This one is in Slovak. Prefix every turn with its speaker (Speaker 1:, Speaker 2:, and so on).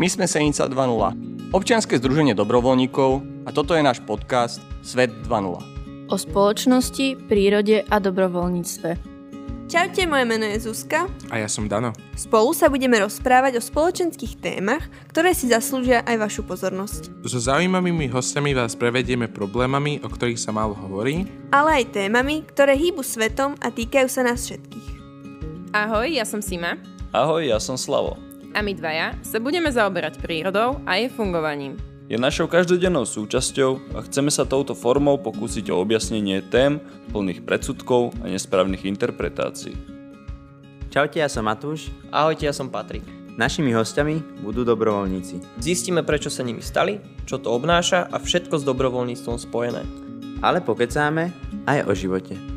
Speaker 1: My sme Senica 2.0, občianske združenie dobrovoľníkov a toto je náš podcast Svet 2.0.
Speaker 2: o spoločnosti, prírode a dobrovoľníctve.
Speaker 3: Čaute, moje meno je Zuzka.
Speaker 4: A ja som Dano.
Speaker 3: Spolu sa budeme rozprávať o spoločenských témach, ktoré si zaslúžia aj vašu pozornosť.
Speaker 4: So zaujímavými hostami vás prevedieme problémami, o ktorých sa málo hovorí.
Speaker 3: Ale aj témami, ktoré hýbu svetom a týkajú sa nás všetkých.
Speaker 5: Ahoj, ja som Sima
Speaker 6: Ahoj, ja som Slavo.
Speaker 5: a my dvaja sa budeme zaoberať prírodou a jej fungovaním.
Speaker 6: Je našou každodennou súčasťou a chceme sa touto formou pokúsiť o objasnenie tém plných predsudkov a nesprávnych interpretácií.
Speaker 7: Čaute, ja som Matúš.
Speaker 8: Ahojte, ja som Patrik.
Speaker 7: Našimi hostiami budú dobrovoľníci.
Speaker 8: Zistíme, prečo sa nimi stali, čo to obnáša a všetko s dobrovoľníctvom spojené.
Speaker 7: Ale pokecáme aj o živote.